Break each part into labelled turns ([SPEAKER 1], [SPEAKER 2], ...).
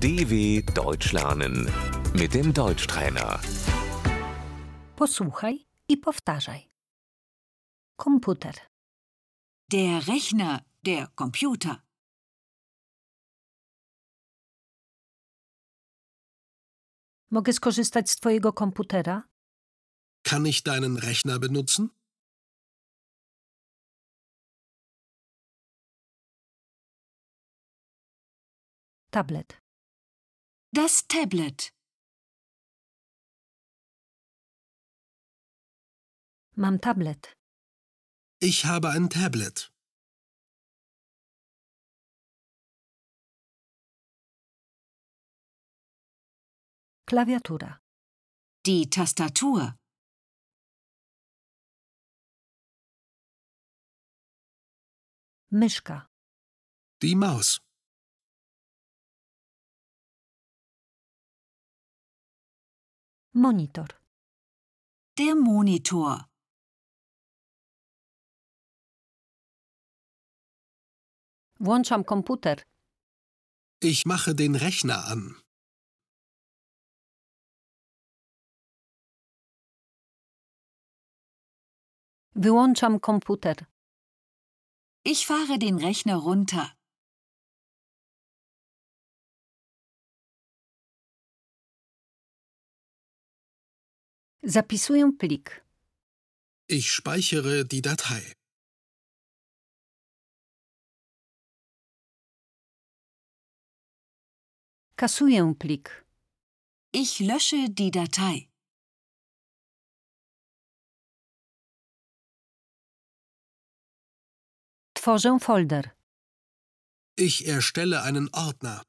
[SPEAKER 1] DW Deutsch lernen mit dem Deutschtrainer.
[SPEAKER 2] Posłuchaj i powtarzaj. Komputer,
[SPEAKER 3] Der Rechner, der Computer,
[SPEAKER 2] mogę skorzystać z Twojego komputera?
[SPEAKER 4] Kann ich deinen Rechner benutzen?
[SPEAKER 2] Tablet,
[SPEAKER 3] das Tablet,
[SPEAKER 2] mam tablet,
[SPEAKER 4] Ich habe ein Tablet.
[SPEAKER 2] klawiatura,
[SPEAKER 3] die Tastatur,
[SPEAKER 2] myszka,
[SPEAKER 4] Die Maus.
[SPEAKER 2] monitor,
[SPEAKER 3] der Monitor,
[SPEAKER 2] włączam komputer,
[SPEAKER 4] Ich mache den Rechner an.
[SPEAKER 2] wyłączam komputer,
[SPEAKER 3] ich fahre den Rechner runter,
[SPEAKER 2] zapisuję plik,
[SPEAKER 4] Ich speichere die Datei.
[SPEAKER 2] kasuję plik,
[SPEAKER 3] ich lösche die Datei,
[SPEAKER 2] tworzę folder,
[SPEAKER 4] Ich erstelle einen Ordner.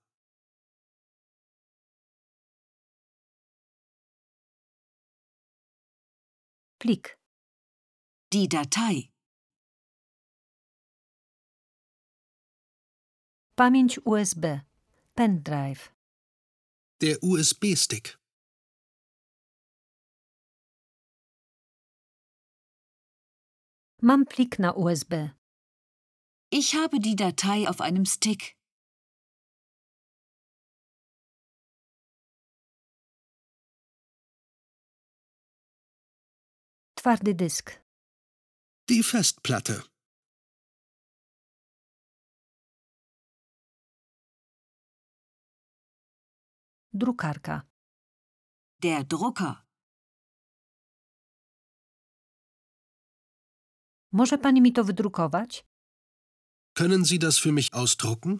[SPEAKER 2] plik,
[SPEAKER 3] die Datei,
[SPEAKER 2] pamięć USB, pendrive,
[SPEAKER 4] Der USB-Stick.
[SPEAKER 2] mam plik na USB,
[SPEAKER 3] ich habe die Datei auf einem Stick,
[SPEAKER 2] twardy dysk,
[SPEAKER 4] Die Festplatte.
[SPEAKER 2] drukarka,
[SPEAKER 3] der Drucker.
[SPEAKER 2] może Pani mi to wydrukować?
[SPEAKER 4] Können Sie das für mich ausdrucken?